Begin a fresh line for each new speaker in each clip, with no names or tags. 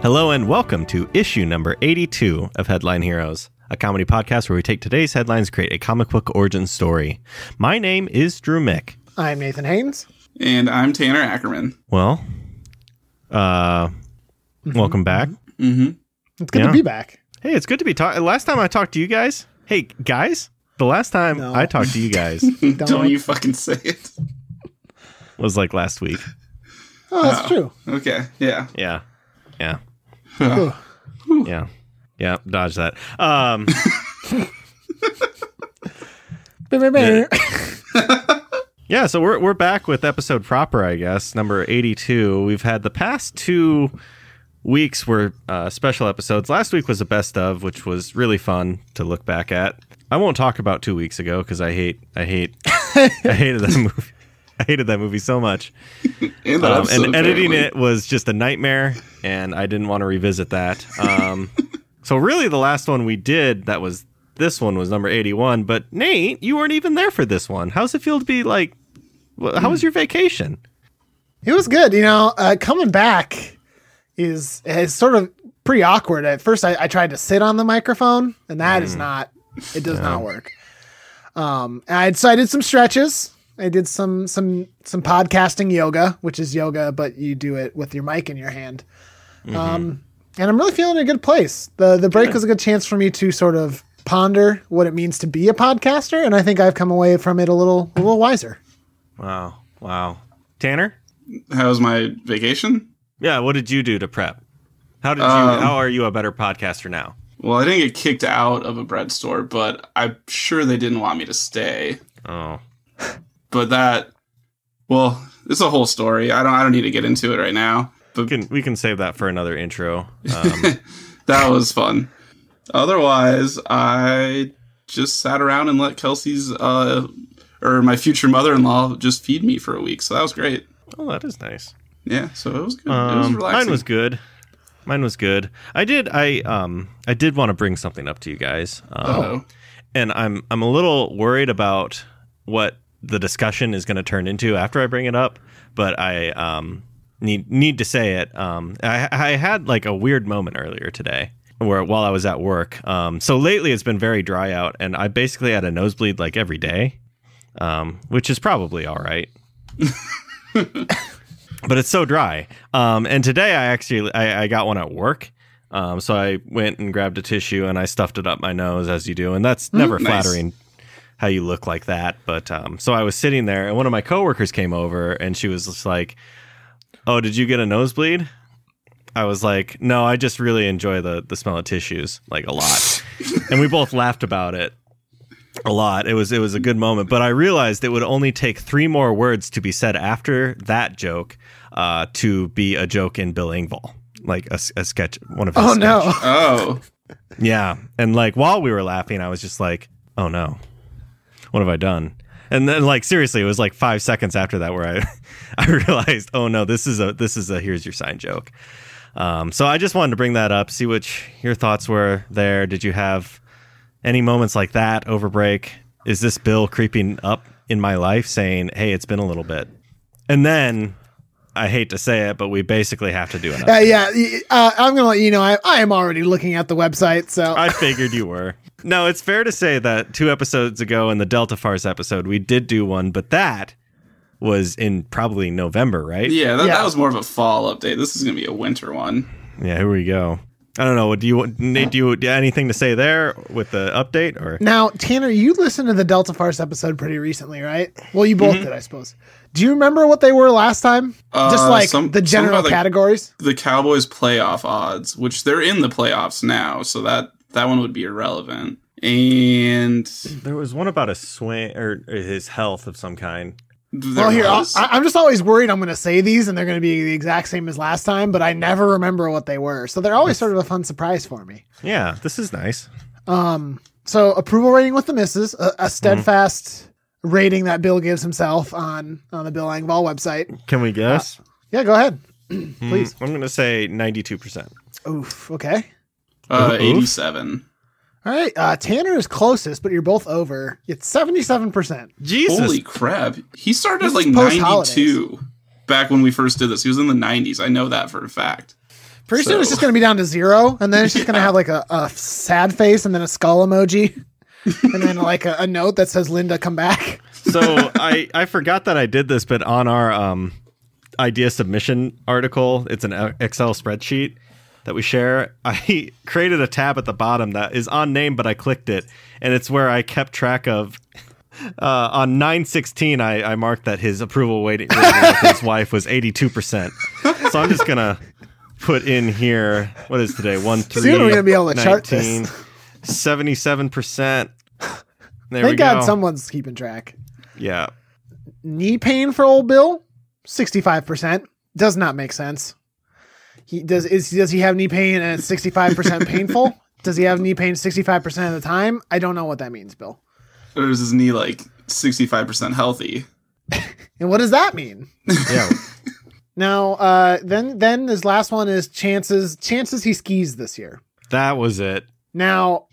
Hello and welcome to issue number 82 of Headline Heroes, a comedy podcast where we take today's headlines create a comic book origin story. My name is Drew Mick.
I'm Nathan Haynes.
And I'm Tanner Ackerman.
Well, uh welcome back. Mm-hmm.
It's good
Yeah.
to be back.
Hey, it's good to be talking. Last time I talked to you guys, hey guys, the last time
No.
I talked to you guys
Don't, you fucking say it.
was like last week.
Oh, that's true.
Okay. Yeah.
Yeah. Yeah.
Ugh.
Yeah. Yeah, dodge that. Um
Bah, bah, bah.
Yeah. Yeah, so we're we're back with episode proper, I guess, number eighty two. We've had the past two weeks were uh, special episodes. Last week was a best of, which was really fun to look back at. I won't talk about two weeks ago because I hate I hate I hated that movie. I hated that movie so much.
And, that
Um,
episode,
and editing
apparently.
it was just a nightmare, and I didn't want to revisit that. Um, so really, the last one we did that was this one was number eighty-one. But Nate, you weren't even there for this one. How's it feel to be like? wh- How was your vacation?
It was good. You know, uh, coming back is is sort of pretty awkward. At first, I, I tried to sit on the microphone, and that is not. It does not work. Um, and I so I did some stretches. I did some some some podcasting yoga, which is yoga, but you do it with your mic in your hand. Um, and I'm really feeling in a good place. the The break was a good chance for me to sort of ponder what it means to be a podcaster, and I think I've come away from it a little a little wiser.
Wow, wow, Tanner.
How was my vacation?
Yeah, what did you do to prep? How did you?
Um,
how are you a better podcaster now?
Well, I didn't get kicked out of a bread store, but I'm sure they didn't want me to stay.
Oh,
But that, well, it's a whole story. I don't. I don't need to get into it right now. But
we can we can save that for another intro. Um,
that was fun. Otherwise, I just sat around and let Kelsey's uh, or my future mother-in-law just feed me for a week. So that was great.
oh, that is nice.
Yeah. So it was good. it was
Um,
relaxing.
mine was good. Mine was good. I did. I um. I did want to bring something up to you guys. Um,
Oh.
and I'm I'm a little worried about what the discussion is going to turn into after I bring it up, but I um need need to say it. Um, I I had like a weird moment earlier today where while I was at work. Um, so lately it's been very dry out, and I basically had a nosebleed like every day, um, which is probably all right. but it's so dry. Um, and today I actually I, I got one at work. Um, so I went and grabbed a tissue and I stuffed it up my nose as you do, and that's never
nice.
flattering how you look like that. But um, so I was sitting there, and one of my coworkers came over, and she was just like, "Oh, did you get a nosebleed?" I was like, "No, I just really enjoy the the smell of tissues like a lot," and we both laughed about it a lot. It was it was a good moment, but I realized it would only take three more words to be said after that joke uh, to be a joke in Bill Engvall, like a, s- a sketch, one of his.
Oh
sketches.
no.
Oh.
Yeah. And like while we were laughing, I was just like, oh no, what have I done? And then like seriously, it was like five seconds after that where I I realized, oh no, this is a this is a here's your sign joke. Um, so I just wanted to bring that up, see what your thoughts were there. Did you have any moments like that over break? Is this bill creeping up in my life saying, hey, it's been a little bit? And then I hate to say it, but we basically have to do it.
Uh, yeah, y- uh, I'm gonna let you know. I, I am already looking at the website, so
I figured you were. No, it's fair to say that two episodes ago in the Delta Farce episode, we did do one, but that was in probably November, right?
Yeah, that,
Yeah.
that was more of a fall update. This is gonna be a winter one.
Yeah, here we go. I don't know. Do you want- Nate? Do you do you have anything to say there with the update, or
now Tanner, you listened to the Delta Farce episode pretty recently, right? Well, you both did, I suppose. Do you remember what they were last time?
Mm-hmm. Uh,
Just like
some-
the
some
general
about, like-
categories.
The Cowboys playoff odds, which they're in the playoffs now, so that that one would be irrelevant. And
there was one about a swing or his health of some kind?
there
Well, here I,
was-
I- I'm just always worried I'm going to say these and they're going to be the exact same as last time, but I never remember what they were, so they're always sort of a fun surprise for me.
Yeah, this is nice.
Um, so approval rating with the misses, a,
Mm-hmm.
a steadfast rating that Bill gives himself on on the Bill Engvall website.
Can we guess?
Uh,
Yeah, go ahead.
Hmm,
please.
I'm going to say 92. percent
Oof. Okay.
uh,
Oof.
eighty-seven.
All right, uh, Tanner is closest, but you're both over. It's seventy-seven percent.
Jesus.
Holy crap! He started
This
like
is post-holidays.
ninety-two back when we first did this. He was in the nineties. I know that for a fact.
Pretty soon it's
So-
just going to be down to zero, and then it's just going to have like a, a sad face and then a skull emoji, and then like a, a note that says "Linda, come back."
So I I forgot that I did this, but on our um idea submission article, it's an Excel spreadsheet that we share. I created a tab at the bottom that is on name, but I clicked it, and it's where I kept track of. Uh, on nine sixteen, I, I marked that his approval waiting rating with his wife was eighty two percent. So I'm just gonna put in here what is today one three.
Soon we're gonna be able to chart this.
Seventy seven percent. There we
Thank
go.
God someone's keeping track.
yeah.
Knee pain for old Bill, sixty-five percent. Does not make sense. He does is does he have knee pain and it's sixty-five percent painful? Does he have knee pain sixty-five percent of the time? I don't know what that means, Bill.
Or is his knee like 65% healthy?
And what does that mean?
Yeah.
Now, uh, then then this last one is chances chances he skis this year.
That was it.
Now,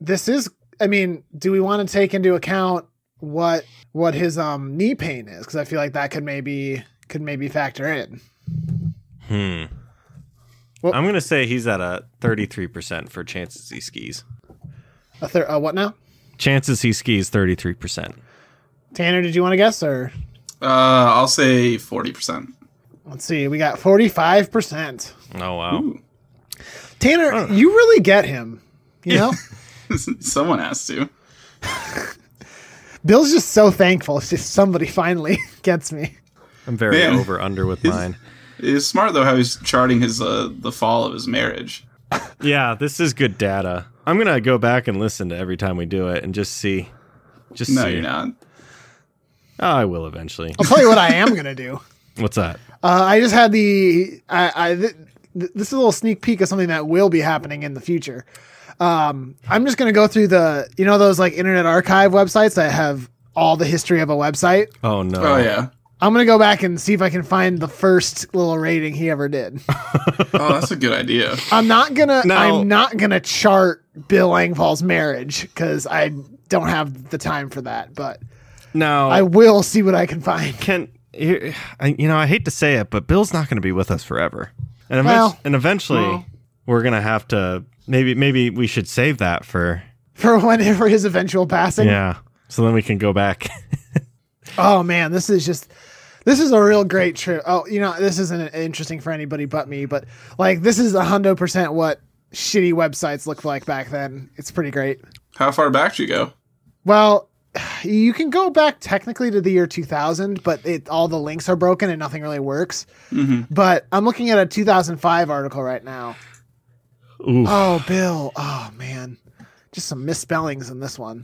this is I mean, do we want to take into account what what his um knee pain is cuz I feel like that could maybe could maybe factor in.
Hmm.
Well-
I'm gonna say he's at a 33 percent for chances he skis.
A thir- uh, what now?
Chances he skis 33 percent.
Tanner, did you want to guess or
Uh, I'll say 40%.
let's see. We got 45%.
Oh wow.
Ooh.
Tanner, you really get him, you know?
Someone has to.
Bill's just so thankful it's just somebody finally gets me.
I'm very
Man.
over under with mine.
It's smart though how he's charting his uh, the fall of his marriage.
Yeah, this is good data. I'm gonna go back and listen to every time we do it and just see. Just
No,
see.
you're not.
Oh, I will eventually.
I'll tell you what I am going to do.
What's that?
Uh, I just had the I, I th- th- this is a little sneak peek of something that will be happening in the future. Um, I'm just gonna go through the you know those like Internet Archive websites that have all the history of a website.
Oh no.
Oh yeah.
I'm gonna go back and see if I can find the first little rating he ever did.
Oh, that's a good idea.
I'm not gonna
Now-
I'm not gonna chart Bill Langfall's marriage because I don't have the time for that. But
Now
I will see what I can find.
can here- I, you know I hate to say it, but Bill's not going to be with us forever, and eventually,
Well-
and eventually
Well.
we're going to have to maybe maybe we should save that for
For whenever his eventual passing.
yeah. So then we can go back.
Oh man, this is just this is a real great trip. Oh, you know, this isn't interesting for anybody but me, but like this is a hundred percent what shitty websites looked like back then. It's pretty great.
How far back do you go?
Well, you can go back technically to the year 2000, but it, all the links are broken and nothing really works. But I'm looking at a 2005 article right now.
Oof.
Oh, Bill. Oh, man. Just some misspellings in this one.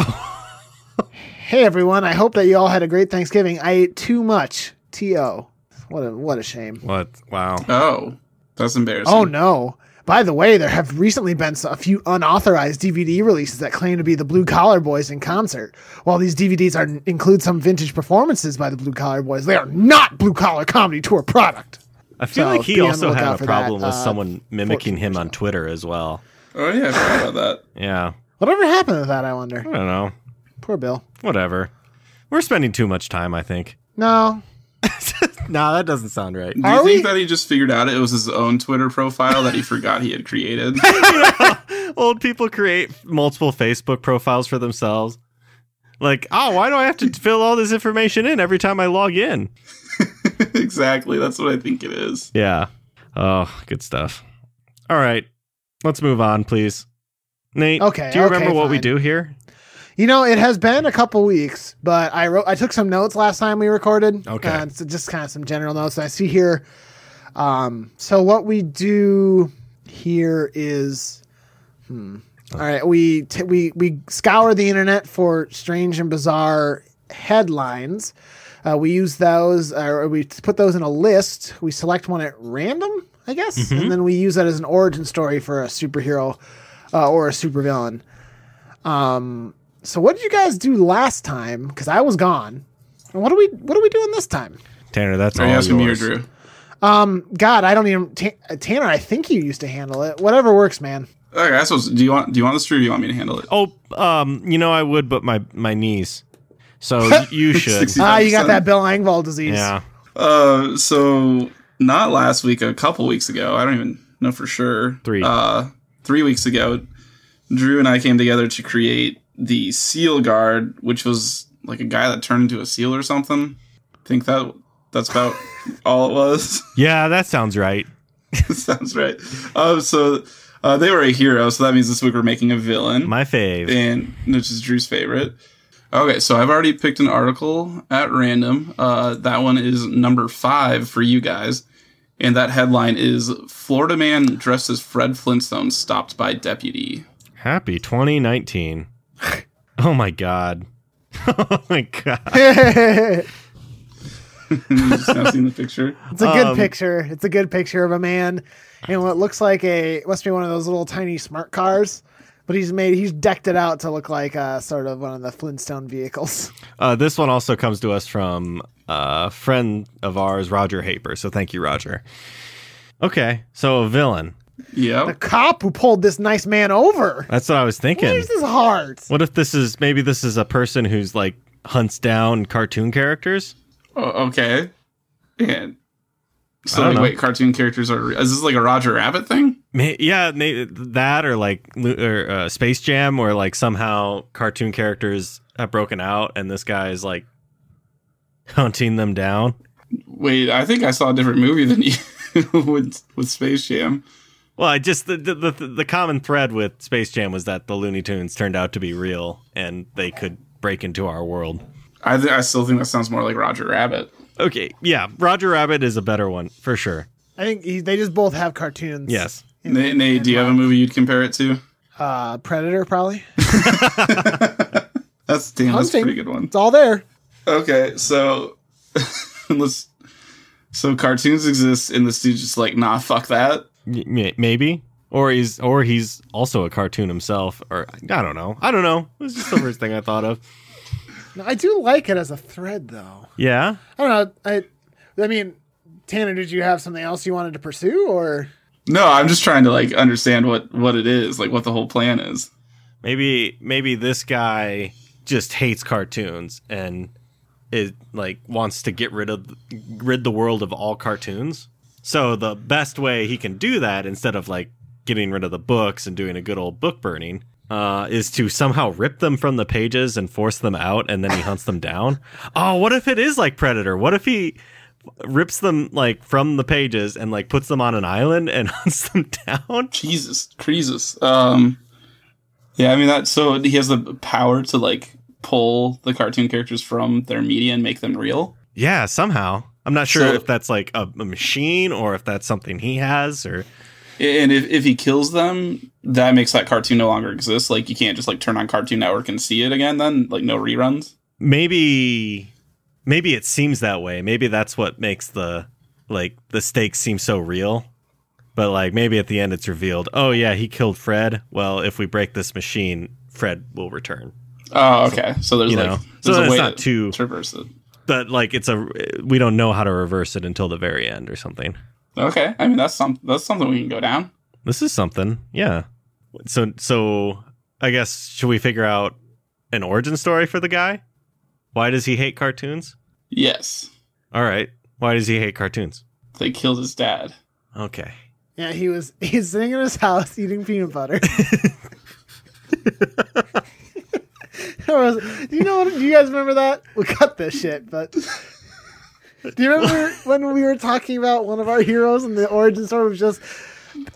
hey, everyone. I hope that you all had a great Thanksgiving. I ate too much. T.O. What a, what a shame.
What? Wow.
Oh, that's embarrassing.
Oh, no. By the way, there have recently been s- a few unauthorized DVD releases that claim to be the Blue Collar Boys in concert. While these DVDs are, include some vintage performances by the Blue Collar Boys, they are not Blue Collar Comedy Tour product.
I feel
So
like he
be on the
also
lookout
had a
for
problem
that,
with
uh,
someone mimicking him on Twitter as well.
Oh yeah, I forgot about that.
Yeah.
Whatever happened to that, I wonder.
I don't know.
Poor Bill.
Whatever. We're spending too much time, I think.
No.
nah, that doesn't sound right.
Do
Are
you think
we?
that he just figured out it was his own Twitter profile that he forgot he had created?
Old people create multiple Facebook profiles for themselves. Like, oh, why do I have to fill all this information in every time I log in?
exactly. That's what I think it is.
Yeah. Oh, good stuff. All right. Let's move on, please. Nate,
Okay,
do you
okay,
remember what we
fine.
do here?
You know, it has been a couple weeks, but I wrote, I took some notes last time we recorded.
Okay.
Uh, so just kind of some general notes. I see here. Um, so what we do here is, hmm. All right, we t- we we scour the internet for strange and bizarre headlines. Uh, we use those, uh, or we put those in a list. We select one at random, I guess, and then we use that as an origin story for a superhero uh, or a supervillain. So what did you guys do last time? Because I was gone. And what are we what are we doing this time?
Tanner, that's
Are
all
you asking
Oh, yours.
me or Drew?
God, I don't even Ta- uh, Tanner. I think you used to handle it. Whatever works, man.
Okay, I suppose. Do you want? Do you want this, Drew? Or do you want me to handle it?
Oh, um, you know I would, but my my knees. So y- you should.
Sixty-
Ah, you got
100%.
that Bill Engvall disease.
yeah.
Uh, so not last week, a couple weeks ago. I don't even no, for sure.
Three.
Uh, three weeks ago, Drew and I came together to create the Seal Guard, which was like a guy that turned into a seal or something. think that that's about all it was.
Yeah, that sounds right.
Sounds right. Um, so uh, they were a hero, so that means this week we're making a villain,
My fave.
and which is Drew's favorite. Okay, so I've already picked an article at random. Uh, that one is number five for you guys, and that headline is "Florida Man Dressed as Fred Flintstone Stopped by Deputy."
Happy 2019. Oh my god. Oh my god.
it's
You've just now seen the picture.
a good
Um,
picture. It's a good picture of a man in what looks like a must be one of those little tiny smart cars, but he's made he's decked it out to look like uh, sort of one of the Flintstone vehicles.
Uh, this one also comes to us from a friend of ours, Roger Haper. So thank you, Roger. Okay, so a villain.
The
Yep.
cop who pulled this nice man over.
That's what I was thinking.
Where's his heart?
What if this is maybe this is a person who's like hunts down cartoon characters?
O- okay. And
I
so
don't
like,
know.
wait, cartoon characters are is this like a Roger Rabbit thing?
May- Yeah, may- that or like Lu- or, uh, Space Jam, where like somehow cartoon characters have broken out and this guy is like hunting them down.
Wait, I think I saw a different movie than you with with Space Jam.
Well, I just the, the the the common thread with Space Jam was that the Looney Tunes turned out to be real and they could break into our world.
I th- I still think that sounds more like Roger Rabbit.
Okay, yeah, Roger Rabbit is a better one for sure.
I think he, they just both have cartoons.
Yes.
In-
Nate, Nate, do you have a movie you'd compare it to?
Uh, Predator, probably.
That's damn, that's a
Hunting.
pretty good one.
It's all there.
Okay, so let's. So cartoons exist, and this dude's just like, nah, fuck that.
Y- may- maybe or he's or he's also a cartoon himself or i don't know i don't know it was just the first thing i thought of
No, I do like it as a thread, though.
yeah
I don't know. I, I mean, Tanner, did you have something else you wanted to pursue, or
No, I'm just trying to like understand what what it is, like what the whole plan is.
maybe maybe this guy just hates cartoons and it like wants to get rid of rid the world of all cartoons so the best way he can do that instead of like getting rid of the books and doing a good old book burning uh, is to somehow rip them from the pages and force them out and then he hunts them down oh what if it is like predator what if he rips them like from the pages and like puts them on an island and hunts them down
Jesus, Jesus. Um, yeah, I mean that. So he has the power to like pull the cartoon characters from their media and make them real.
Yeah, somehow. I'm not sure
So-
if that's like a, a machine or if that's something he has or
And if, if he kills them, that makes that cartoon no longer exist. Like you can't just like turn on Cartoon Network and see it again. Then like no reruns.
maybe maybe it seems that way. Maybe that's what makes the like the stakes seem so real. But like maybe at the end it's revealed, "Oh yeah, he killed Fred. Well, if we break this machine, Fred will return."
Oh, okay. So there's
You
like
know. So
there's
then
a
it's
way
not
to
too-
traverse it.
But like it's a we don't know how to reverse it until the very end or something.
Okay, I mean that's some that's something we can go down.
This is something. Yeah. So so I guess should we figure out an origin story for the guy? Why does he hate cartoons?
Yes,
All right. Why does he hate cartoons?
they killed his dad.
Okay.
yeah, he was he's sitting in his house eating peanut butter. There was- do you know? what- Do you guys remember that? We cut this shit, but. Do you remember when we were talking about one of our heroes and the origin story was just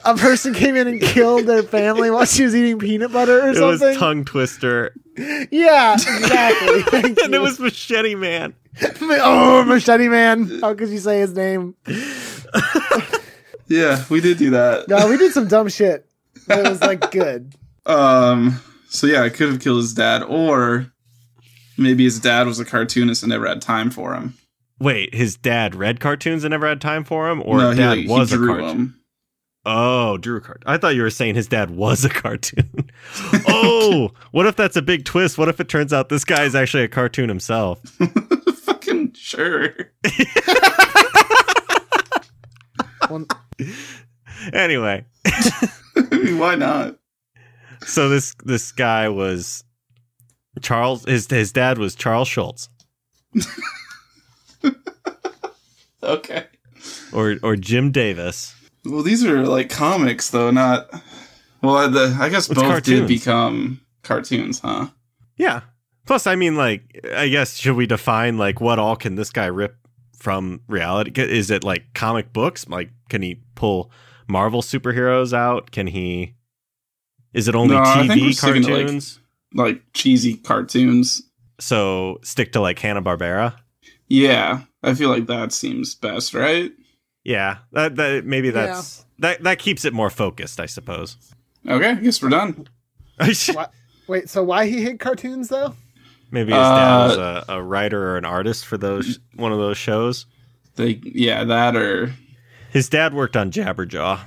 a person came in and killed their family while she was eating peanut butter or
It was
something?
tongue twister
yeah, exactly. Thank
and it
you.
was machete man.
oh, Machete Man. How could you say his name?
Yeah, we did do that.
No, we did some dumb shit. But it was like good.
Um. So yeah, I could have killed his dad, or maybe his dad was a cartoonist and never had time for him.
Wait, his dad read cartoons and never had time for him or
No,
his
he,
dad
like, he
was a
drew
cartoon.
him.
Oh, drew a cart. I thought you were saying his dad was a cartoon. oh, what if that's a big twist? What if it turns out this guy is actually a cartoon himself?
Fucking sure.
Well,
Anyway,
I mean, Why not?
so this this guy was Charles his his dad was Charles Schultz
Okay.
or or Jim Davis.
Well, these are like comics, though, not. Well, the, I guess
It's
both
cartoons.
did become cartoons, huh?
Yeah. Plus, I mean, like, I guess should we define like what all can this guy rip from reality? C- Is it like comic books? Like, can he pull Marvel superheroes out? Can he? Is it only
No, I think we're
TV
sticking
cartoons?
to, like- Like cheesy cartoons.
so stick to like Hanna Barbera.
Yeah, I feel like that seems best, right?
Yeah, that, that maybe
Yeah.
that's that that keeps it more focused, I suppose.
Okay, I guess we're done.
Why- Wait, so why he hid cartoons though?
maybe his dad
Uh,
was a, a writer or an artist for those one of those shows.
They, yeah, that or
His dad worked on Jabberjaw.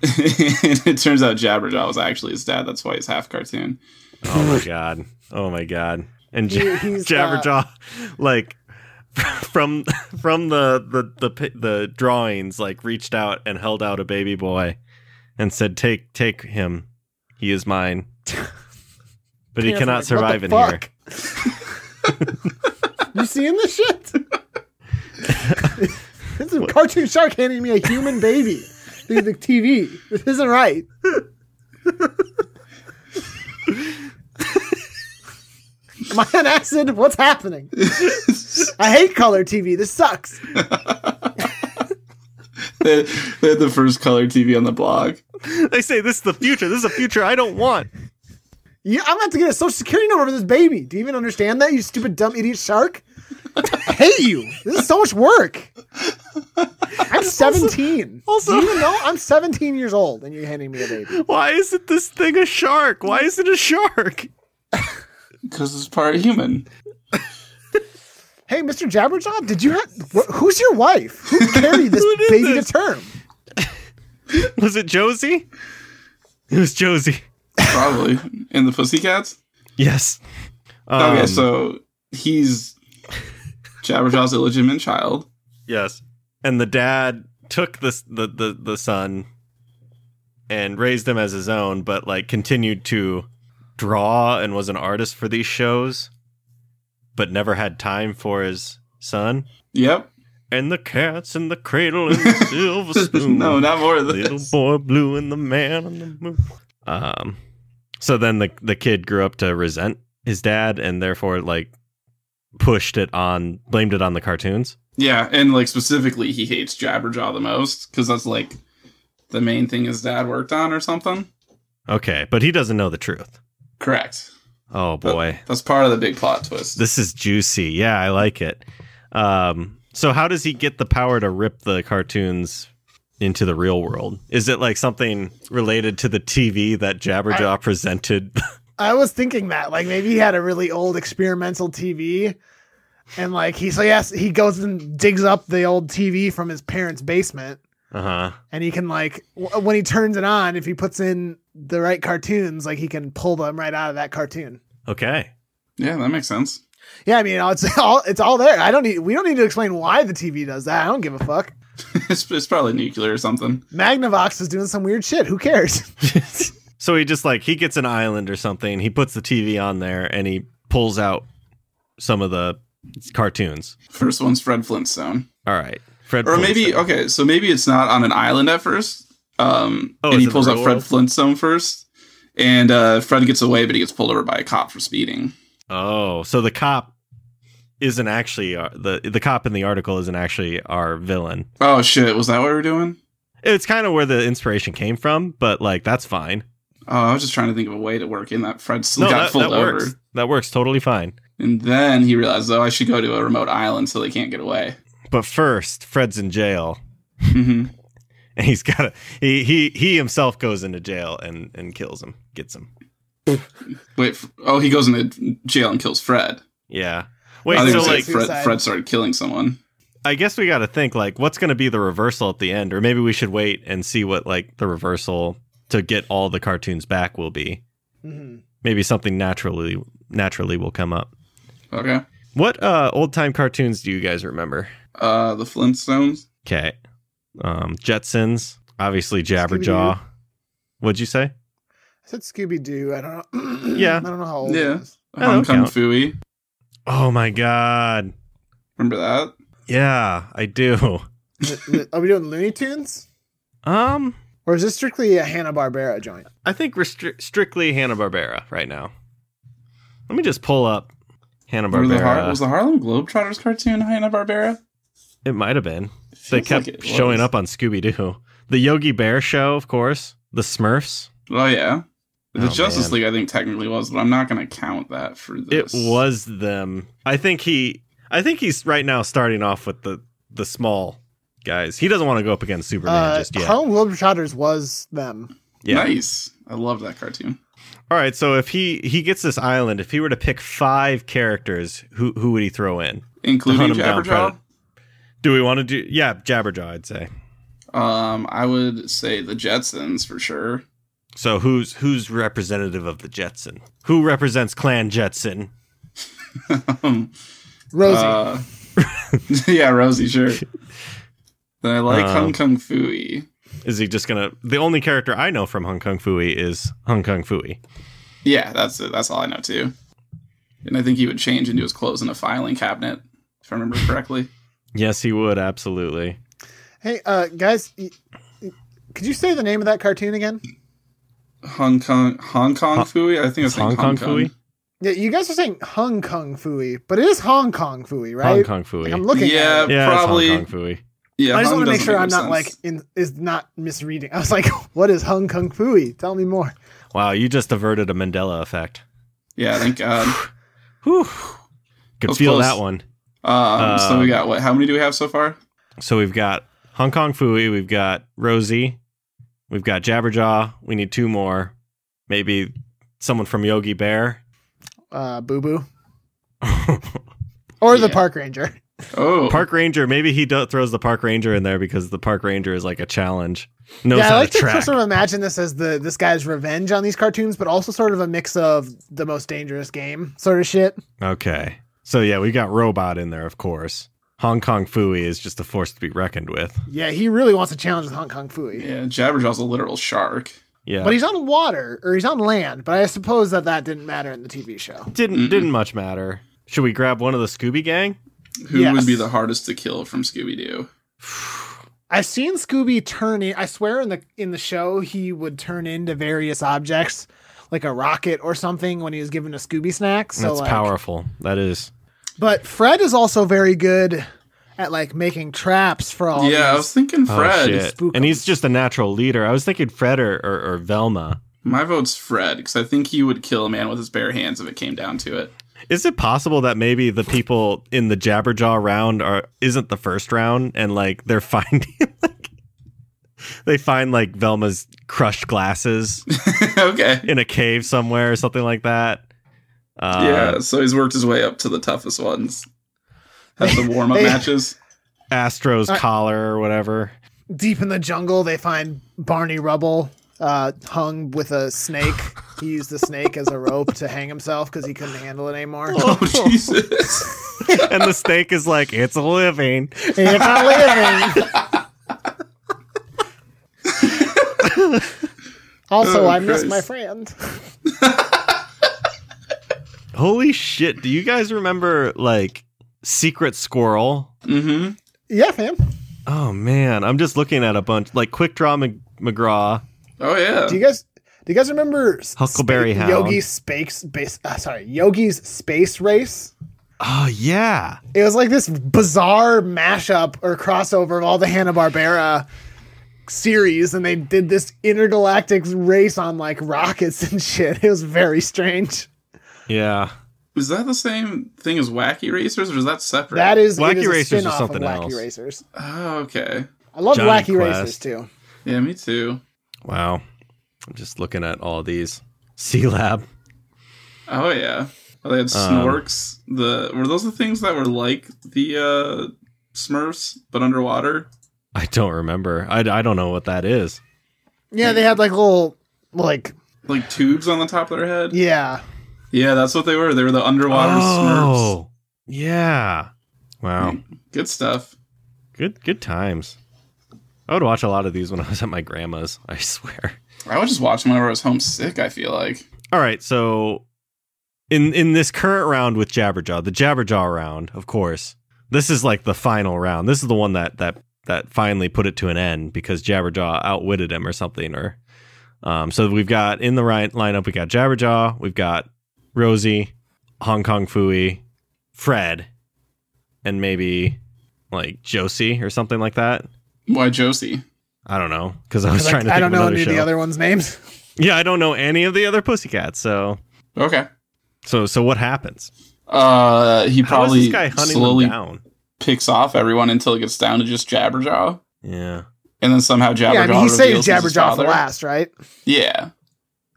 it turns out Jabberjaw was actually his dad. That's why he's half cartoon.
Oh my god. Oh my god. And
He-
Ja-
he's, uh,
Jabberjaw, like from from the, the the pi- the drawings, like reached out and held out a baby boy, and said, "Take take him. He is mine." But he
Pants
cannot
are
survive
like,
in
"What
here.
the fuck?" you seeing this shit? this is a cartoon shark handing me a human baby through the TV. This isn't right. Am I on acid? What's happening? I hate color TV. This sucks.
They, they had the first color TV on the blog.
They say this is the future. This is a future I don't want.
You, I'm about to get a social security number for this baby. Do you even understand that, you stupid, dumb, idiot shark? I hate you. This is so much work. I'm 17.
Also,
Do you even know I'm 17 years old and you're handing me a baby?
why isn't this thing a shark? Why is it a shark?
Because it's part human.
Hey, Mr. Jabberjaw, did you have. Wh- who's your wife? Who carried this
Who did
baby
this?
to term?
Was it Josie? It was Josie.
Probably. In the Pussycats?
Yes.
Okay,
Um,
so he's Jabberjaw's illegitimate child.
Yes. And the dad took this the, the the son and raised him as his own, but like continued to draw and was an artist for these shows, but never had time for his son.
Yep.
And the cats in the cradle and the silver spoon.
no, not more of
little
this.
boy blue and the man on the moon. Um, so then the the kid grew up to resent his dad and therefore like pushed it on, blamed it on the cartoons.
Yeah, and like specifically, he hates Jabberjaw the most because that's like the main thing his dad worked on or something.
Okay, but he doesn't know the truth.
Correct.
Oh boy,
That's part of the big plot twist.
this is juicy. Yeah, I like it. Um, so how does he get the power to rip the cartoons into the real world? Is it like something related to the TV that Jabberjaw presented?
I was thinking that. Like maybe he had a really old experimental TV. And like he, so yes, he goes and digs up the old TV from his parents' basement.
uh huh.
and he can like w- when he turns it on if he puts in the right cartoons like he can pull them right out of that cartoon
Okay.
yeah, that makes sense.
yeah i mean it's all it's all there i don't need we don't need to explain why the tv does that i don't give a fuck
it's, it's probably nuclear or something.
magnavox is doing some weird shit who cares
So he just like he gets an island or something. He puts the TV on there and he pulls out some of the cartoons.
First one's Fred Flintstone,
All right, Fred.
or maybe
Flintstone.
okay, so maybe it's not on an island at first. Um,
Oh,
and
is
he
it the
pulls out
real
Fred
world?
Flintstone first, and uh, Fred gets away, but he gets pulled over by a cop for speeding.
Oh, so the cop isn't actually our, the the cop in the article isn't actually our villain.
Oh shit, was that what we were doing?
It's kind of where the inspiration came from, but like that's fine.
Oh, I was just trying to think of a way to work in that Fred still
No,
got
that,
pulled
that
over,
works. That works totally fine.
and then he realized, oh, I should go to a remote island so they can't get away.
But first, Fred's in jail,
Mhm.
and he's got to he he he himself goes into jail and and kills him, gets him.
Wait, f- oh, he goes into jail and kills Fred.
Yeah. Wait,
I think
so
it's
like
like Fred,
Suicide.
Fred started killing someone.
I guess we got to think like what's going to be the reversal at the end, or maybe we should wait and see what like the reversal to get all the cartoons back will be.
Mm-hmm.
Mhm.
Maybe something naturally naturally will come up.
Okay,
What uh old time cartoons do you guys remember?
uh, the Flintstones,
Okay, um, Jetsons, obviously Jabberjaw. What'd you say?
i said scooby-doo i don't know
Yeah.
i don't know how old
Yeah.
it is.
Oh,
Hong Kong
count.
Fooey.
Oh my god!
Remember that?
Yeah, I do.
N- n- are we doing looney tunes
Um,
Or is this strictly a Hanna Barbera joint?
I think restri- strictly Hanna Barbera right now. Let me just pull up Hanna
Remember the Har- was
Barbera.
the Harlem Globetrotters cartoon Hanna Barbera?
It might have been. They kept showing up on Scooby Doo. The Yogi Bear show, of course. The Smurfs.
Oh yeah, the
Oh,
Justice
man.
League I think technically was, but I'm not going to count that for
It
this.
was them. I think he. I think he's right now starting off with the the small guys. He doesn't want to go up against Superman
Uh,
just yet.
Harlem Globetrotters was them.
Yeah.
nice. I love that cartoon.
All right. So if he he gets this island, if he were to pick five characters, who who would he throw in?
including
Hunt 'em down,
Jabberjaw.
Do we want to do? Yeah, Jabberjaw. I'd say.
Um, I would say the Jetsons for sure.
So who's who's representative of the Jetson? Who represents Clan Jetson?
Um,
Rosie.
uh, yeah, Rosie, sure. Then I like
Uh,
Hung Kung Fooey.
Is he just gonna? The only character I know from Hong Kong Fooey is Hong Kong Fooey.
Yeah, that's it. That's all I know too. And I think he would change into his clothes in a filing cabinet, if I remember correctly.
Yes, he would absolutely.
hey, uh, guys, y- y- could you say the name of that cartoon again?
Hong Kong, Hong Kong
Hon-
Fooey. I think it's
Hong Kong Fooey.
Yeah, you guys are saying Hong Kong Fooey, but it is Hong Kong Fooey, right?
Hong Kong
Like,
Fooey.
I'm looking
Yeah,
at it.
yeah,
probably-
it's Hong Kong Fooey.
Yeah,
I just
Hung
want to make
doesn't
sure I'm
much
not
sense.
like in, is not misreading. I was like, what is Hong Kong Fooey? Tell me more.
Wow, you just averted a Mandela effect.
Yeah, thank God.
Whew. Could
Of
feel
course.
that one.
Um, so we got what? How many do we have so far?
So we've got Hong Kong Fooey, we've got Rosie, we've got Jabberjaw. We need two more. Maybe someone from Yogi Bear.
Uh, Boo Boo. Or the
Yeah.
Park Ranger.
Oh,
Park Ranger. Maybe he do- throws the Park Ranger in there because the Park Ranger is like a challenge. No,
yeah, I like
a
to
track.
sort of imagine this as the this guy's revenge on these cartoons, but also sort of a mix of the most dangerous game sort of shit.
Okay. So yeah, we got Robot in there, of course. Hong Kong Fooey is just a force to be reckoned with.
Yeah, he really wants to challenge with Hong Kong Fooey.
yeah, Jabberjaw's a literal shark.
Yeah.
But he's on water or he's on land, but I suppose that that didn't matter in the TV show.
didn't
Mm-mm.
didn't much matter. Should we grab one of the Scooby Gang?
Who
Yes.
would be the hardest to kill from Scooby Doo?
I've seen Scooby turning I swear in the in the show he would turn into various objects like a rocket or something when he was given a Scooby snack. So
That's
like,
powerful. That is.
But Fred is also very good at like making traps for all
yeah, I
these.
was thinking
Oh,
Fred.
shit.
Spook 'em.
And he's just a natural leader. I was thinking Fred or, or, or Velma.
My vote's Fred because I think he would kill a man with his bare hands if it came down to it.
Is it possible that maybe the people in the Jabberjaw round are isn't the first round and like they're finding like they find like Velma's crushed glasses
okay.
in a cave somewhere or something like that? Uh,
yeah, so he's worked his way up to the toughest ones. Had the warm up
They-
matches.
Astro's
Uh,
collar or whatever.
deep in the jungle they find barney rubble uh, hung with a snake he used the snake as a rope to hang himself because he couldn't handle it anymore
Oh Jesus!
and the snake is like, it's a living.
And it's not living also
Oh,
i miss
Christ.
my friend
Holy shit. Do you guys remember like Secret Squirrel?
hmm
yeah fam
Oh man, I'm just looking at a bunch like Quick Draw Mc- McGraw.
Oh yeah.
do you guys do you guys remember S-
Huckleberry
Spa-
Hound.
yogi space base uh, sorry yogi's space race
Oh yeah.
it was like this bizarre mashup or crossover of all the Hanna Barbera series, and they did this intergalactic race on like rockets and shit. It was very strange.
Yeah.
is that the same thing as Wacky Racers, or is that separate?
That is it
Wacky
is a
Racers is
spin-off
something
of Wacky
else.
Racers.
Oh, okay.
I love
Johnny
Wacky
Quest.
Racers too.
Yeah, me too.
Wow. I'm just looking at all these. C Lab.
Oh yeah. Oh, they had Snorks. the were those the things that were like the uh, Smurfs but underwater?
I don't remember. I, I don't know what that is.
Yeah, they had like little like
Like tubes on the top of their head.
yeah.
Yeah, that's what they were. They were the underwater
oh. Yeah. Wow.
Smurfs. Good stuff.
Good good times. I would watch a lot of these when I was at my grandma's, I swear.
I would just watch them whenever I was homesick. I feel like
All right, so in in this current round with Jabberjaw, the Jabberjaw round, of course, this is like the final round. This is the one that that that finally put it to an end because Jabberjaw outwitted him or something. Or um, so we've got in the right lineup we got Jabberjaw, we've got Rosie, Hong Kong Fooey, Fred, and maybe like Josie or something like that.
Why Josie?
I don't know because I was
'Cause I-
trying to.
I
Think of
don't know
another
any of the
show.
other ones' names.
Yeah, I don't know any of the other Pussycats. So
Okay.
so so what happens?
Uh, he
How is this
probably
guy hunting
slowly
them down?
picks off everyone until it gets down to just Jabberjaw,
Yeah,
and then somehow Jabberjaw.
yeah, I mean, he
reveals
saved
he's his
Jabberjaw for
father.
last, right?
Yeah.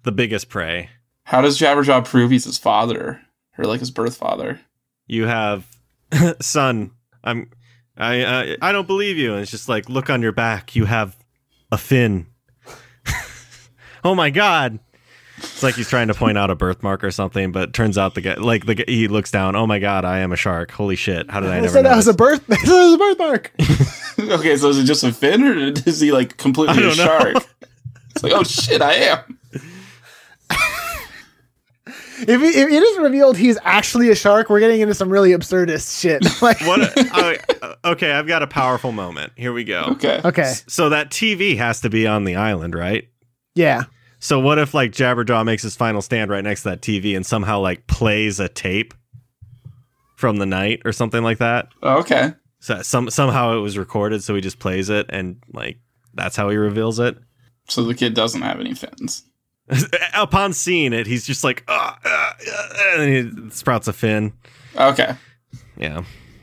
the biggest prey.
How does Jabberjaw prove he's his father or like his birth father?
You have son. I'm. I, I I don't believe you. And it's just like look on your back. You have a fin. oh my god. It's like he's trying to point out a birthmark or something, but turns out the guy, like the guy, he looks down. Oh my god, I am a shark. Holy shit! How did I
I
never?
said that was
notice?"
a birth. that was a birthmark.
okay, so is it just a fin or is he like
I
completely a
don't know.
shark? it's like, oh shit, I am.
If, it- if it is revealed he's actually a shark, we're getting into some really absurdist shit. Like,
what? A, oh, okay, I've got a powerful moment. Here we go.
Okay.
okay,
So that TV has to be on the island, right?
yeah,
So what if like Jabberjaw makes his final stand right next to that TV and somehow like plays a tape from the night or something like that?
Okay.
So some somehow it was recorded, so he just plays it and like that's how he reveals it.
So the kid doesn't have any fins.
Upon seeing it, he's just like, "Ah, ah, ah," and he sprouts a fin.
Okay.
Yeah,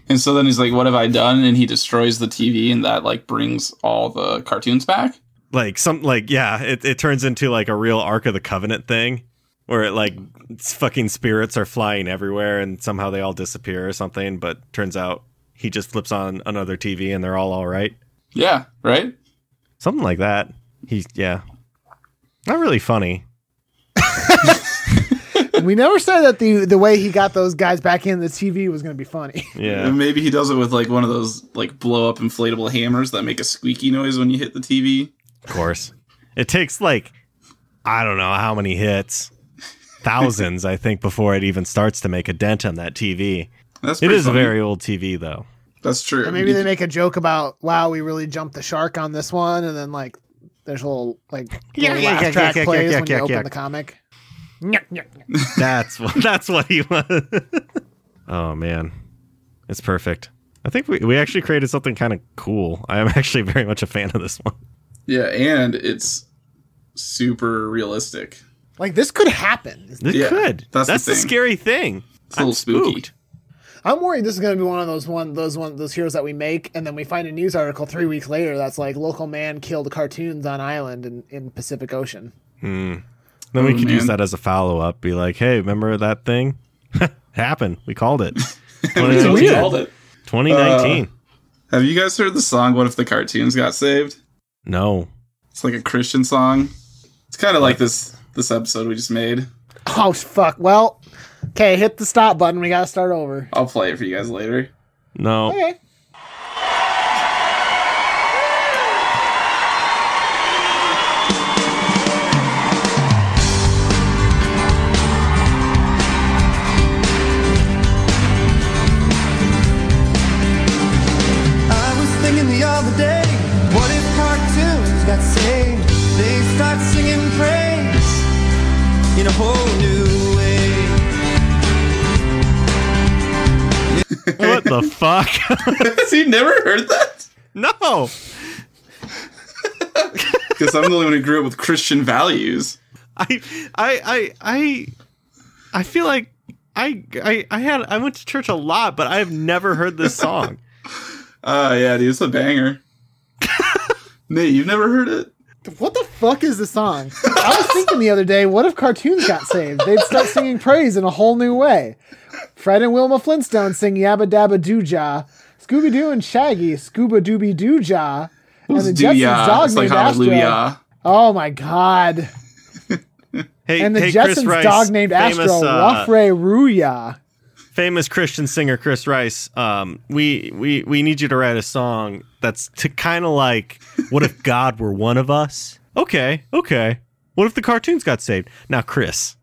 And so then he's like, "What have I done?" And he destroys the TV, and that like brings all the cartoons back.
like some like yeah, it it turns into like a real Ark of the Covenant thing where it like s- fucking spirits are flying everywhere and somehow they all disappear or something. But turns out he just flips on another TV and they're all all right.
Yeah. Right.
something like that. He's yeah, not really funny.
we never said that the the way he got those guys back in the TV was going to be funny.
Yeah,
And maybe he does it with like one of those like blow up inflatable hammers that make a squeaky noise when you hit the TV.
of course. It takes like I don't know how many hits, thousands, I think, before it even starts to make a dent on that TV.
That's
It
pretty
is a
funny.
very old TV though.
That's true.
And maybe they make a joke about, "Wow, we really jumped the shark on this one," and then like there's a little like
Yeah,
little
yeah,
laugh
yeah,
track
yeah, yeah,
plays
yeah,
when you
yeah,
open
yeah.
the comic.
That's what that's what he was. oh man, it's perfect. I think we, we actually created something kind of cool. I am actually very much a fan of this one.
yeah, and it's super realistic.
Like this could happen.
It
Yeah,
could.
that's the
the,
thing.
scary thing.
It's a little spooky.
I'm worried this is going to be one of those one those one those heroes that we make, and then we find a news article three weeks later that's like local man killed cartoons on island in, in Pacific Ocean.
Then we
Oh,
could use
man.
that as a follow up. Be like, hey, remember that thing? Happened. We called it.
We totally
2019.
called it.
2019.
Uh. Have you guys heard the song "What If the Cartoons Got Saved"?
no.
It's like a Christian song. It's kind of like this this episode we just made.
Oh fuck! Well, okay, hit the stop button. We got to start over.
I'll play it for you guys later.
No.
Okay.
I was thinking the other day, what if cartoons got saved? They start singing praise in a whole new way.
What the fuck?
Has he never heard that?
no.
Because I'm the only one who grew up with Christian values.
I I I I I feel like I I I had I went to church a lot, but I have never heard this song.
Oh yeah, dude, it's a banger. Nate, you've never heard it?
What the fuck is the song? I was thinking the other day, what if cartoons got saved? They'd start singing praise in a whole new way. Fred and Wilma Flintstone sing Yabba Dabba Doo Jah, Scooby Doo and Shaggy Scuba Dooby Doo Jah, and the
Do
Jetsons
ya?
dog
It's like
named Astro.
hallelujah.
Oh my god!
Hey,
And the
hey, Chris
Jetsons
Rice,
dog named
famous,
Astro,
uh,
Wafre Ruya.
famous Christian singer Chris Rice, um, we we we need you to write a song that's to kind of like, what if God were one of us? Okay, okay. What if the cartoons got saved? Now, Chris,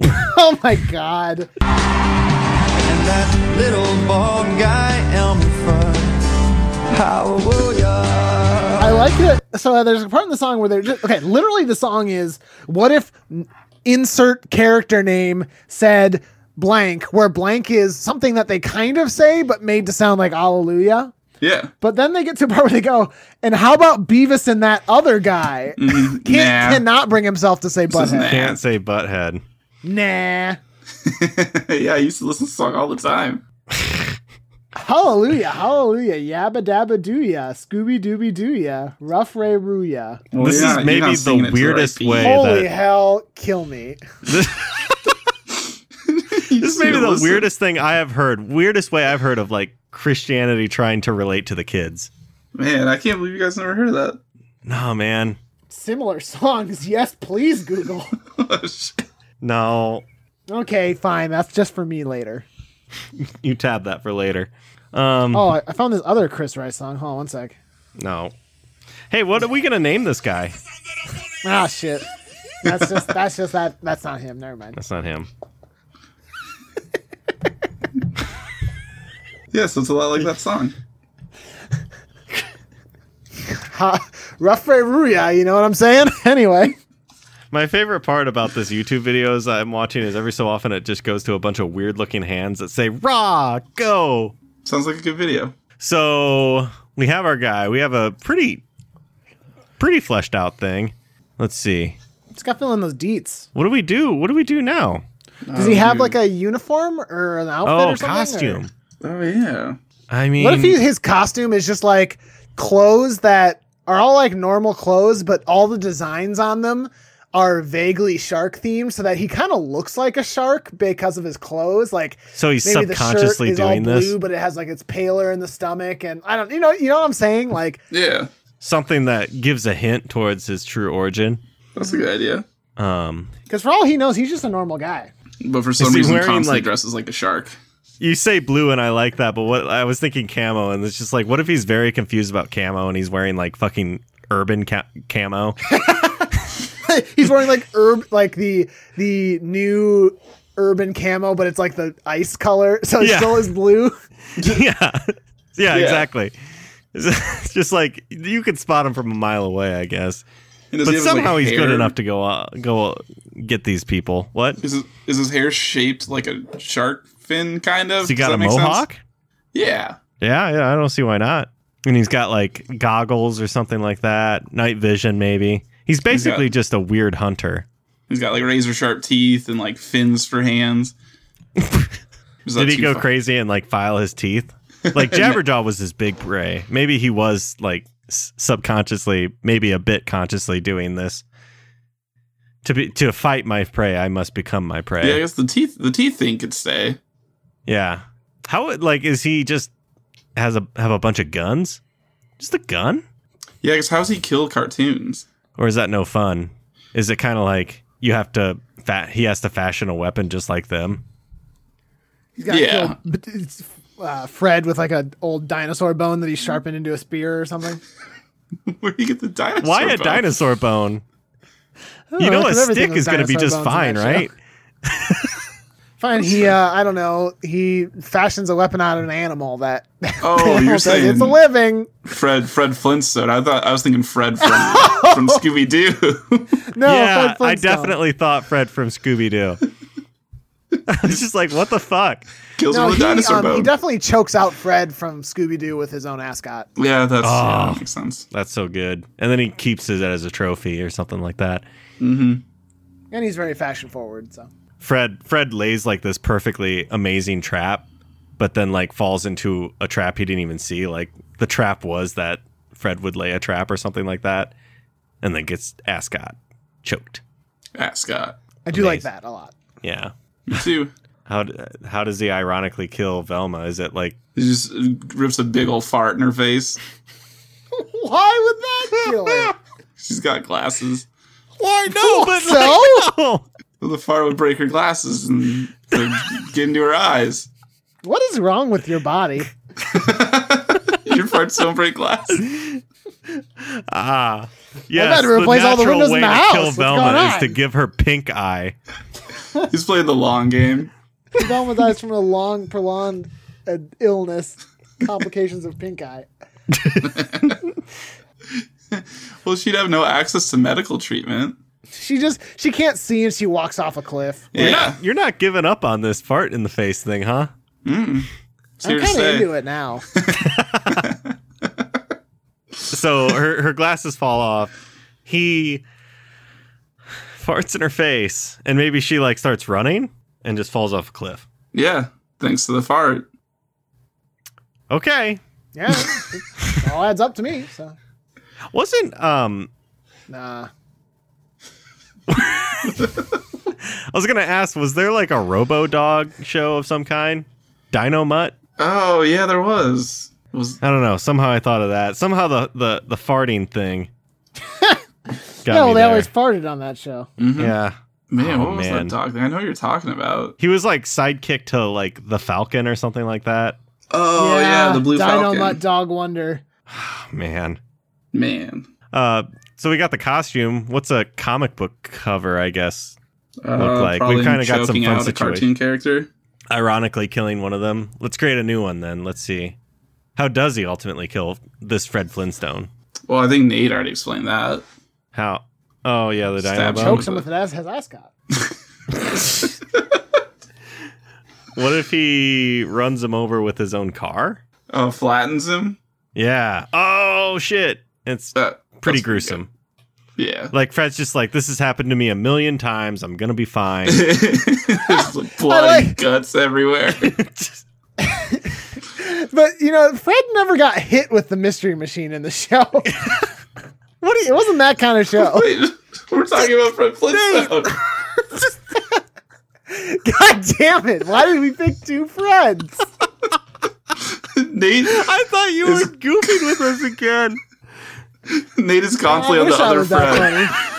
Oh my god!
And that little bald guy, Elmer Fudd, how would
like it. So uh, there's a part in the song where they're just okay. Literally, the song is what if n- insert character name said blank, where blank is something that they kind of say but made to sound like Alleluia.
Yeah.
But then they get to a part where they go, and how about Beavis and that other guy?
Mhm.
Can't,
Nah.
Cannot bring himself to say
This is
butthead.
Can't say butthead.
Nah.
yeah, I used to listen to the song all the time.
Hallelujah, hallelujah, yabba dabba doo ya, Scooby Dooby doo ya, Rough Ray Roo ya.
Well,
This is
you're not- you're
maybe
not
the
singing it to
weirdest
right
way-
beat.
Holy
that-
hell, kill me.
You
This is
just need
maybe
to
the
listen.
weirdest thing I have heard. Weirdest way I've heard of like Christianity trying to relate to the kids.
Man, I can't believe you guys never heard of that.
No, man.
Similar songs, yes, please Google.
Oh, shit.
No.
Okay, fine, that's just for me later.
You tab that for later. Um
Oh, I, I found this other Chris Rice song. Hold on one sec.
no. Hey, what are we gonna name this guy?
Ah, shit. That's just, that's just that, that's not him, never mind.
That's not him.
yeah, so it's a lot like that song.
Ha, rough Ray Roo ya, you know what I'm saying? Anyway.
My favorite part about this YouTube videos I'm watching is every so often it just goes to a bunch of weird looking hands that say "Raw go."
Sounds like a good video.
So we have our guy. We have a pretty, pretty fleshed out thing. Let's see.
It's got filling those deets.
What do we do? What do we do now?
Does he have like a uniform or an outfit
Oh,
or something? or-
costume.
Oh yeah.
I mean,
What if he, his costume is just like clothes that are all like normal clothes, but all the designs on them are vaguely shark themed, so that he kind of looks like a shark because of his clothes. Like
so he's
maybe the shirt
subconsciously
is all
doing
blue,
this?
but it has like it's paler in the stomach, and I don't, you know, you know what I'm saying? Like
Yeah,
Something that gives a hint towards his true origin.
that's a good idea.
Um,
because for all he knows, he's just a normal guy.
But for some
he
reason,
wearing,
constantly
like-
dresses like a shark.
you say blue, and I like that, but what I was thinking camo, and it's just like, what if he's very confused about camo and he's wearing like fucking urban ca- camo?
he's wearing like herb, like the the new urban camo, but it's like the ice color, so it
Yeah.
still is blue.
yeah. yeah, exactly. It's just like you could spot him from a mile away, I guess.
And does
But
he have his, like,
somehow he's good
hair-
enough to go uh, go uh, get these people. What?
Is his, is his hair shaped like a shark fin, kind of?
Has he
Does
got
that
a
make sense?
mohawk?
Yeah.
Yeah, yeah. I don't see why not. And he's got like goggles or something like that. Night vision, maybe. He's basically just a weird hunter.
He's got like razor sharp teeth and like fins for hands. Is that
Did he
too
go
far?
crazy and like file his teeth? Like Jabberjaw was his big prey. Maybe he was like s- subconsciously, maybe a bit consciously doing this. To be to fight my prey, I must become my prey.
Yeah, I guess the teeth the teeth thing could stay.
Yeah. How like is he just has a have a bunch of guns? Just a gun?
Yeah, I guess how's he kill cartoons?
Or is that no fun? Is it kind of like you have to fat he has to fashion a weapon just like them?
He's got
Yeah.
killed, but it's, uh, Fred with like an old dinosaur bone
Mm.
that he sharpened into a spear or something.
Where do you get the dinosaur?
Why a
bone?
dinosaur bone? You
know,
know a
'cause Oh, everything
stick
was
is going to be
dinosaur
just
bones in
fine,
that
right?
Fine, he uh, I don't know. He fashions a weapon out of an animal that.
Oh, you're
says
saying
it's a living?
Fred Fred Flintstone. I thought I was thinking Fred from from Scooby Doo.
No,
yeah,
Oh, Fred
I
Flintstone.
definitely thought Fred from Scooby Doo. I was just like, what the fuck?
Kills him
No,
with a
he,
dinosaur
um, he
bone.
definitely chokes out Fred from Scooby Doo with his own ascot.
yeah, that's yeah,
Oh.
that makes sense.
That's so good. And then he keeps it as a trophy or something like that.
And he's very fashion forward, so.
Fred Fred lays like this perfectly amazing trap, but then like falls into a trap he didn't even see. Like the trap was that Fred would lay a trap or something like that, and then gets ascot choked.
Ascot.
I do like
Amazing.
that a lot.
Yeah.
Ah, You too.
How d- how does he ironically kill Velma? Is it like
He just uh, rips a big old fart in her face.
Why would that kill her?
She's got glasses.
why no? But
so?
like, no.
The fart would break her glasses and they'd get into her eyes.
What is wrong with your body?
Your farts don't break glasses.
Ah, yes.
better replace all the
natural
windows in
way
the
to
house.
Kill
What's
Velma
going
is to
on?
give her pink eye.
He's playing the long game.
Velma dies from a long, prolonged uh, illness, complications of pink eye.
Well, she'd have no access to medical treatment.
She just she can't see and she walks off a cliff.
yeah.
You're not giving up on this fart in the face thing, huh?
I'm kind of
Seriously.
into it now.
So her her glasses fall off. He farts in her face, and maybe she like starts running and just falls off a cliff.
Yeah. Thanks to the fart.
Okay,
Yeah, it all adds up to me. So
wasn't um
nah,
I was gonna ask, was there like a Robo Dog show of some kind? Dino Mutt?
Oh yeah, there was. Was
I don't know. Somehow I thought of that. Somehow the the the farting thing. got
no,
me
they
there.
always farted on that show.
yeah.
mm-hmm. man,
Oh,
what was
man.
that dog thing? I know what you're talking about.
He was like sidekick to like the Falcon or something like that.
Oh yeah, the blue
Dino
falcon.
Mutt Dog Wonder.
Oh, Man.
man.
Uh, so we got the costume. What's a comic book cover? I guess. Look like. We've
Uh, probably
kinda got some
choking
fun
out a
situation.
cartoon character.
Ironically, killing one of them. Let's create a new one then. Let's see. How does he ultimately kill this Fred Flintstone?
Well, I think Nate already explained that.
How? Oh yeah, the dino.
Stab
bone.
Chokes
Oh,
him with an ass his ascot.
What if he runs him over with his own car?
Oh, flattens him.
Yeah. Oh shit. It's
That- that's
pretty gruesome.
good. Yeah.
Like Fred's just like, this has happened to me a million times. I'm gonna be fine.
There's blood and
like-
guts everywhere.
But you know, Fred never got hit with the mystery machine in the show. what? do you- it wasn't that kind of show.
Wait, we're talking about Fred Flintstone.
God damn it! Why did we pick two Freds?
Nate,
I thought you were goofing with us again.
Nate is
I
constantly on
wish
the
I
other
was that
Fred.
funny.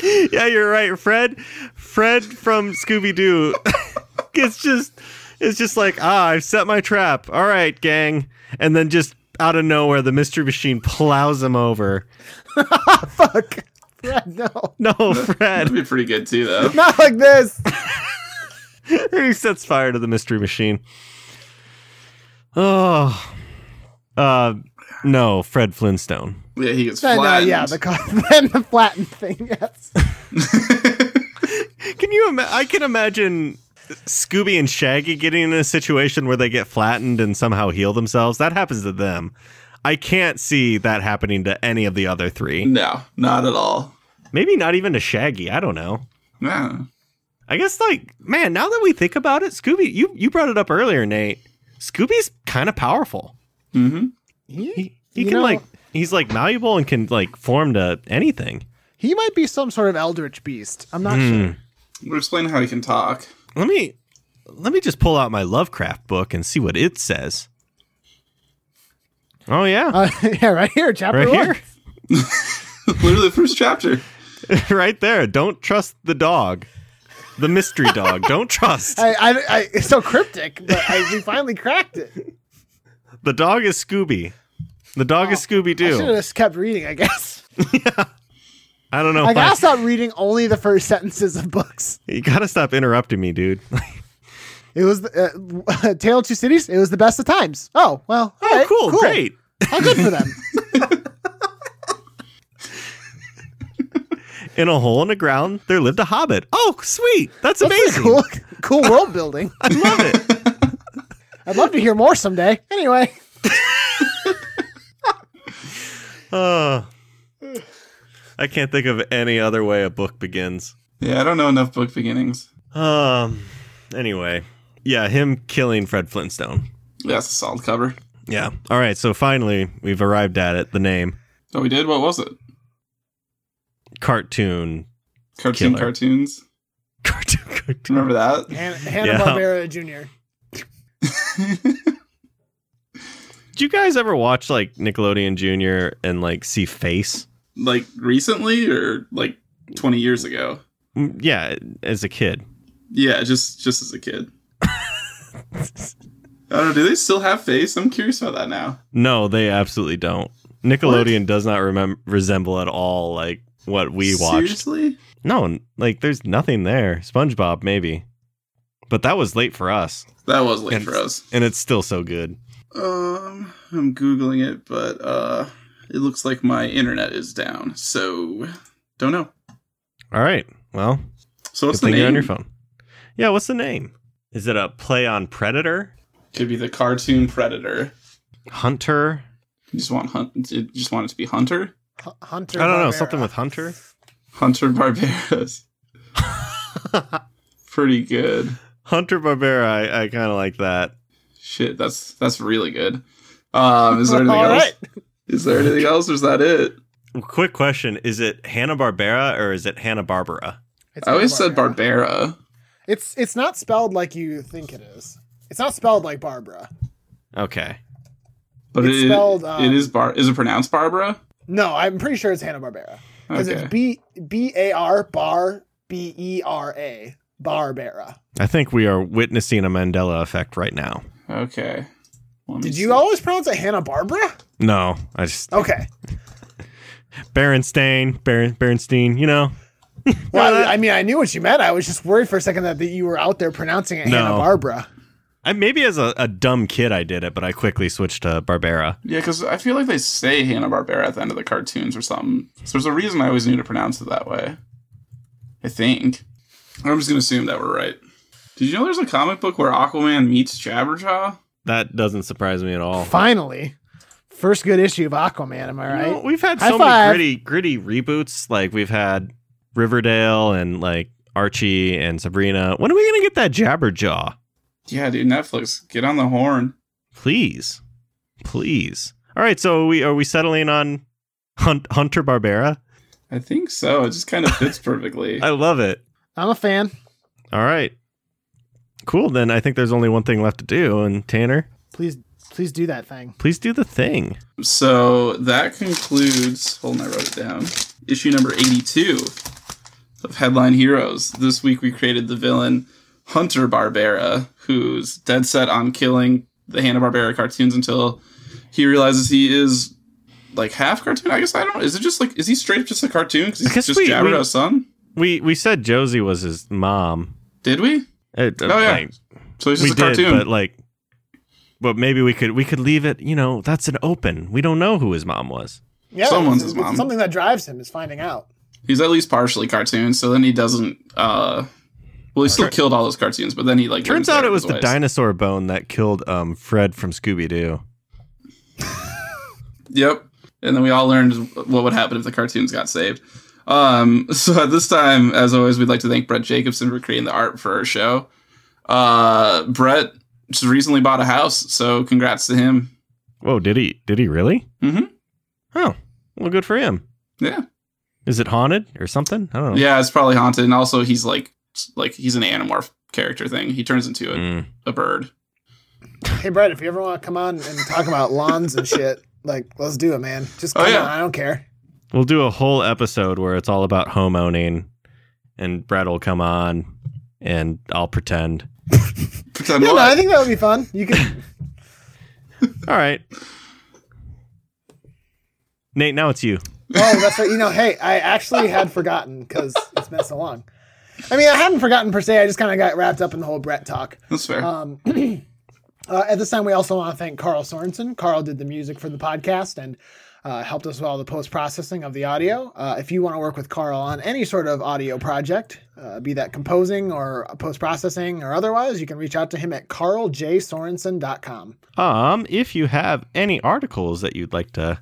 Yeah, you're right. Fred, Fred from Scooby Doo. it's just, it's just like ah, I've set my trap. All right, gang, and then just out of nowhere, the mystery machine plows him over.
Fuck. Fred, no.
No, Fred.
That'd be pretty good too, though.
Not like this.
he sets fire to the mystery machine. Oh, uh, no, Fred Flintstone.
Yeah, he gets
Then, uh,
flattened.
yeah, the co- then the flattened thing. Yes.
Can you? Ima- I can imagine Scooby and Shaggy getting in a situation where they get flattened and somehow heal themselves. That happens to them. I can't see that happening to any of the other three.
no, not at all.
Maybe not even to Shaggy. I don't know.
No.
I guess like man, now that we think about it, Scooby, you you brought it up earlier, Nate. Scooby's kind of powerful.
He,
He, he
Mm-hmm. you
can
know,
like he's like malleable and can like form to anything.
he might be some sort of eldritch beast. I'm not
Hmm.
sure.
We'll explain how he can talk.
Let me let me just pull out my Lovecraft book and see what it says. Oh yeah.
Uh, yeah, right here, chapter
Right
one.
here?
Literally the first chapter.
right there. Don't trust the dog. The mystery dog. Don't trust.
I, I, I, it's so cryptic, but I, we finally cracked it.
The dog is Scooby. The dog is Scooby
I should have
Doo.
just kept reading, I guess.
I, don't know.
Like,
why-
I'll stop reading only the first sentences of books.
You gotta stop interrupting me, dude.
It was the, uh, Tale of Two Cities. It was the best of times. Oh well.
oh,
alright,
cool, Great.
How good for them.
In a hole in the ground, there lived a hobbit. Oh, sweet. That's
That's
amazing.
cool, cool world building.
I love it.
I'd love to hear more someday. Anyway,
Uh, I can't think of any other way a book begins.
Yeah, I don't know enough book beginnings.
Um. Anyway, yeah, him killing Fred Flintstone.
Yeah, that's a solid cover.
Yeah. All right. So finally, we've arrived at it. The name
Oh, we did? What was it?
cartoon
Cartoon
Killer.
cartoons.
cartoon cartoon.
Remember that?
Han- Hanna Barbera Jr.
Did you guys ever watch like Nickelodeon Junior and like see Face?
Like recently or like 20 years ago?
Mm, Yeah, as a kid.
Yeah, just just as a kid. I don't know. Do they still have face? I'm curious about that now.
No, they absolutely don't. Nickelodeon does not remem- resemble at all like what we watched.
Seriously?
No, n- like there's nothing there. SpongeBob maybe, but that was late for us,
That was late
And-
for us.
and it's still so good.
Um, I'm googling it, but uh, It looks like my internet is down, so don't know.
All right. Well,
So what's
good
the
thing
name?
you're on your phone. Yeah, what's the name? Is it a play on Predator?
Could be the cartoon predator.
Hunter?
You just want hunt. You just want it to be Hunter.
H- Hunter.
I don't know.
Barbera.
Something with Hunter?
Hunter Barbaras. Pretty good.
Hunter Barbera. I, I kind of like that.
Shit, that's that's really good. Um, is there anything
All
else?
right.
Is there anything else, or is that it?
Quick question Is it Hanna Barbera or is it Hanna Barbera?
It's
I always said
Barbara.
Barbara.
It's it's not spelled like you think it is. It's not spelled like Barbara.
Okay.
But
It's
it,
spelled, um,
it is bar. Is it pronounced Barbara?
No, I'm pretty sure it's Hanna Barbera because
Okay.
it's B B A R bar B E R A Barbera.
I think we are witnessing a Mandela effect right now.
okay. Let me
Did
see.
you always pronounce it Hanna Barbera?
No, I just
Okay.
Berenstain, Beren, Berenstein. You know,
Well,
that-
I, I mean, I knew what you meant. I was just worried for a second that, that you were out there pronouncing it
No.
Hanna Barbera.
I maybe as a, a dumb kid I did it, but I quickly switched to Barbera.
Yeah, because I feel like they say Hanna Barbera at the end of the cartoons or something. So there's a reason I always knew to pronounce it that way. I think. I'm just gonna assume that we're right. Did you know there's a comic book where Aquaman meets Jabberjaw?
That doesn't surprise me at all.
Finally, first good issue of Aquaman. Am I
You
right?
know, we've had
High
so
five.
many gritty gritty reboots. Like we've had Riverdale and like Archie and Sabrina. When are we gonna get that Jabberjaw?
Yeah, dude, Netflix, get on the horn.
Please, please. All right, so are we are we settling on Hunt, Hunter Barbera?
I think so. It just kind of fits perfectly.
I love it.
I'm a fan.
All right, cool. Then I think there's only one thing left to do. And Tanner,
Please, please do that thing.
please do the thing.
So that concludes. Hold on, I wrote it down. Issue number 82 of Headline Heroes. This week we created the villain Hunter Barbera, who's dead set on killing the Hanna Barbera cartoons until he realizes he is like half cartoon. I guess I don't. Is it just like is he straight up just a cartoon? Because
I
he's
guess
just
we- we-
Jabberjaw's son.
We we said Josie was his mom.
Did we?
It-
Oh, yeah.
like,
So he's
we
just
did,
a cartoon.
but like, but maybe we could we could leave it. You know, that's an open. We don't know who his mom was.
Yeah, it's-
Someone's his
it's
mom.
Something that drives him is finding out.
he's at least partially cartoon. So then he doesn't. uh Well, he still killed all those cartoons, but then he like
Turns
learns
out it
their
was the
ways.
dinosaur bone that killed um Fred from Scooby Doo.
Yep. And then we all learned what would happen if the cartoons got saved. Um, so at this time, as always, we'd like to thank Brett Jacobson for creating the art for our show. Uh, Brett just recently bought a house, so congrats to him.
Whoa, did he did he really?
Mhm.
Oh, well, good for him.
Yeah,
Is it haunted or something? I don't know.
yeah, it's probably haunted, and also he's like, like he's an animorph character thing. He turns into a,
Mm.
a bird.
Hey, Brett, if you ever want to come on and talk about lawns and shit, like, let's do it, man. Just
Oh,
come
yeah.
on. I don't care.
We'll do a whole episode where it's all about homeowning, and Brett will come on, and I'll pretend.
Pretend
No, no, I
what?
think that would be fun. You can.
All right, Nate. Now it's you.
oh, that's right. You know, hey, I actually had forgotten because it's been so long. I mean, I hadn't forgotten per se. I just kind of got wrapped up in the whole Brett talk.
That's fair.
Um, uh, at this time, we also want to thank Carl Sorensen. Carl did the music for the podcast and uh, helped us with all the post processing of the audio. Uh, if you want to work with Carl on any sort of audio project, uh, be that composing or post processing or otherwise, you can reach out to him at carljsorensen.com.
Um, if you have any articles that you'd like to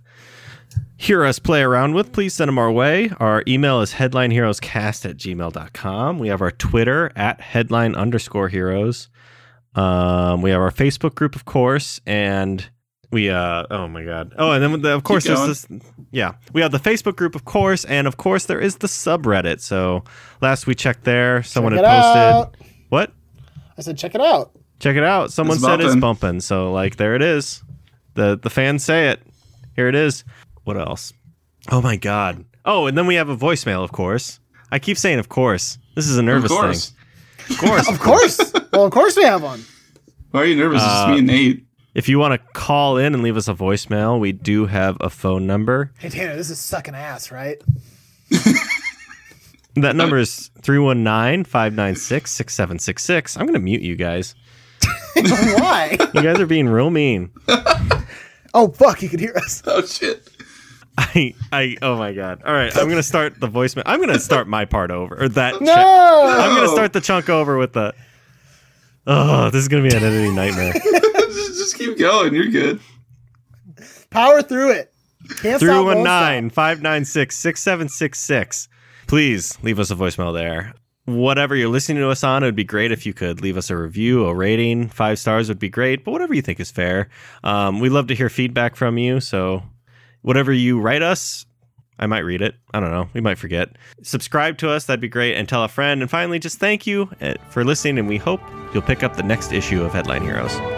hear us play around with, please send them our way. Our email is headlineheroescast at gmail.com. We have our Twitter at headline underscore heroes. Um, we have our Facebook group, of course, and we uh oh my god oh and then the, of course there's
going.
this yeah we have the facebook group of course and of course there is the subreddit so last we checked there someone
Check
had
it
posted
out.
what
I said, check it out.
Check it out. Someone
It's
said it's
bumping.
bumping. So like there it is. The the fans say it. Here it is. What else? Oh my god. Oh, and then we have a voicemail, of course. I keep saying of course. This is a
of
nervous
course.
thing. Of course.
Of course. well, of course we have one.
Why are you nervous? it's just me
Uh,
and Nate.
if you want to call in and leave us a voicemail, we do have a phone number.
Hey, Tanner, this is sucking ass, right?
That number is 319-596-6766. I'm going to mute you guys.
Why?
You guys are being real mean.
Oh, fuck, you could hear us.
Oh shit.
I, I, oh my god! All right, I'm gonna start the voicemail. I'm gonna start my part over, or that.
No,
chunk- I'm gonna start the chunk over with the. Oh, this is gonna be an editing nightmare.
just, just keep going. You're good.
power through it. Can't stop, won't stop.
319 596 6766. Please leave us a voicemail there. Whatever you're listening to us on, it would be great if you could leave us a review, a rating. Five stars would be great, but whatever you think is fair. Um, we love to hear feedback from you. So, whatever you write us, I might read it. I don't know. We might forget. Subscribe to us. That'd be great. And tell a friend. And finally, just thank you eh, for listening. And we hope you'll pick up the next issue of Headline Heroes.